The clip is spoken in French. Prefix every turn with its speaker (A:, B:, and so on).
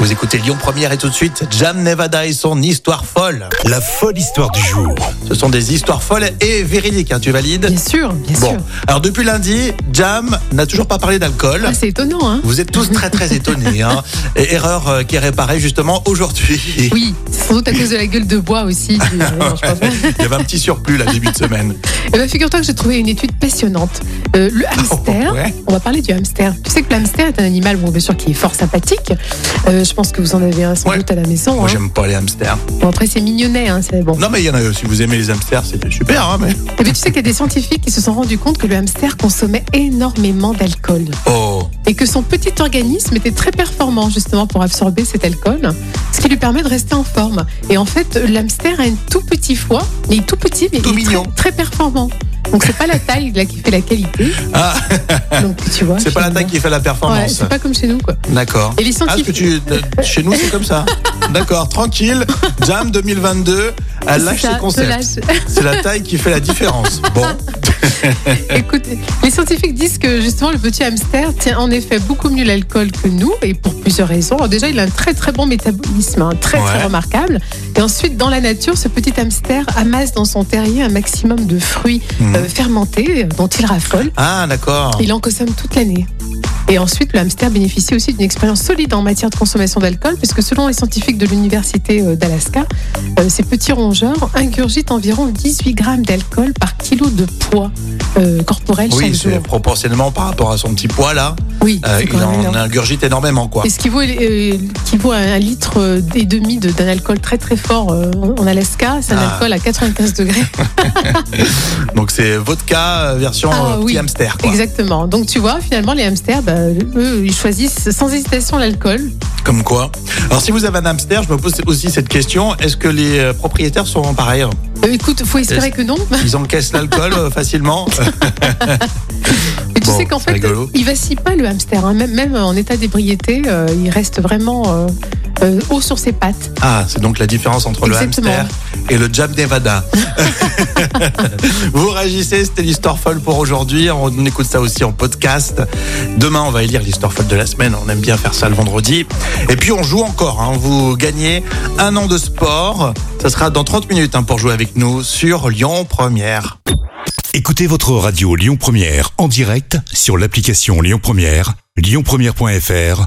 A: Vous écoutez Lyon Première et tout de suite Jam Nevada et son histoire folle.
B: La folle histoire du jour.
A: Ce sont des histoires folles et véridiques, hein, tu valides
C: Bien sûr, bien
A: Bon,
C: sûr.
A: alors depuis lundi, Jam n'a toujours pas parlé d'alcool.
C: Ah, c'est étonnant, hein
A: Vous êtes tous très très étonnés. hein. Et erreur euh, qui est réparée justement aujourd'hui.
C: Oui, c'est sans doute à cause de la gueule de bois aussi. du- non, je pense pas.
A: Il y avait un petit surplus là début de semaine.
C: Eh ben, figure-toi que j'ai trouvé une étude passionnante. Euh, le hamster,
A: Oh, Ouais.
C: on va parler du hamster. Tu sais que le hamster est un animal, bon, bien sûr, qui est fort sympathique. Euh, je pense que vous en avez un sans
A: Ouais.
C: doute à la maison.
A: Moi
C: hein.
A: j'aime pas les hamsters.
C: Bon, après, c'est mignonnet, hein, c'est bon.
A: Non mais il y en a si vous aimez les hamsters, c'est super hein, mais
C: Et puis, tu sais qu'il y a des scientifiques qui se sont rendus compte que le hamster consommait énormément d'alcool.
A: Oh,
C: et que son petit organisme était très performant justement pour absorber cet alcool, ce qui lui permet de rester en forme. Et en fait, l'hamster a un tout petit foie, mais il est tout petit, mais
A: Tout
C: il est
A: mignon.
C: Très, très performant. Donc c'est pas la taille là qui fait la qualité.
A: Ah.
C: Donc tu vois.
A: c'est pas la
C: finalement.
A: taille qui fait la
C: Ouais,
A: performance.
C: c'est pas comme chez nous quoi.
A: D'accord.
C: Et les
A: Ah, parce que
C: scientifiques.
A: tu, euh, chez nous, c'est comme ça. D'accord, tranquille. Jam 2022, elle
C: C'est
A: lâche
C: ça,
A: ses
C: je
A: concepts.
C: lâche.
A: C'est la taille qui fait la différence. Bon,
C: Écoute, les scientifiques disent que justement le petit hamster tient en effet beaucoup mieux l'alcool que nous et pour plusieurs raisons. Alors, déjà, il a un très très bon métabolisme, hein, très
A: Ouais.
C: très remarquable. Et ensuite, dans la nature, ce petit hamster amasse dans son terrier un maximum de fruits
A: Mhm.
C: euh, fermentés euh, dont il raffole.
A: ah d'accord.
C: Il en consomme toute l'année. Et ensuite, le hamster bénéficie aussi d'une expérience solide en matière de consommation d'alcool, puisque selon les scientifiques de l'Université euh, d'Alaska, euh, ces petits rongeurs ingurgitent environ 18 grammes d'alcool par kilo de poids euh, corporel
A: Oui,
C: chaque jour.
A: c'est proportionnellement par rapport à son petit poids là.
C: Oui,
A: euh,
C: c'est
A: il
C: quand même
A: en
C: énorme.
A: ingurgite énormément quoi.
C: Et ce qui vaut, euh, qui vaut un litre euh, et demi de- d'un alcool très très fort euh, en Alaska, c'est un
A: Ah.
C: alcool à 95 degrés.
A: Donc c'est vodka euh, version
C: Ah,
A: euh, petit
C: oui.
A: hamster quoi.
C: Exactement. Donc tu vois, finalement, les hamsters, bah, eux, ils choisissent sans hésitation l'alcool.
A: Comme quoi. Alors si vous avez un hamster, je me pose aussi cette question est-ce que les euh, propriétaires sont pareils
C: Euh, écoute, faut espérer que non.
A: Ils encaissent l'alcool euh, facilement
C: Et tu
A: Bon,
C: sais qu'en
A: c'est
C: fait, euh,
A: rigolo.
C: il vacille pas le hamster. hein. Même, même en état d'ébriété, euh, il reste vraiment euh, euh, haut sur ses pattes.
A: Ah, c'est donc la différence entre
C: Exactement.
A: le hamster et le Jam Nevada. Vous réagissez, c'était l'histoire folle pour aujourd'hui. On écoute ça aussi en podcast. Demain, on va élire l'histoire folle de la semaine. On aime bien faire ça le vendredi. Et puis, on joue encore. hein. Vous gagnez un an de sport. Ça sera dans 30 minutes hein, pour jouer avec nous sur Lyon Première.
B: Écoutez votre radio Lyon Première en direct sur l'application Lyon Première, lyonpremière.fr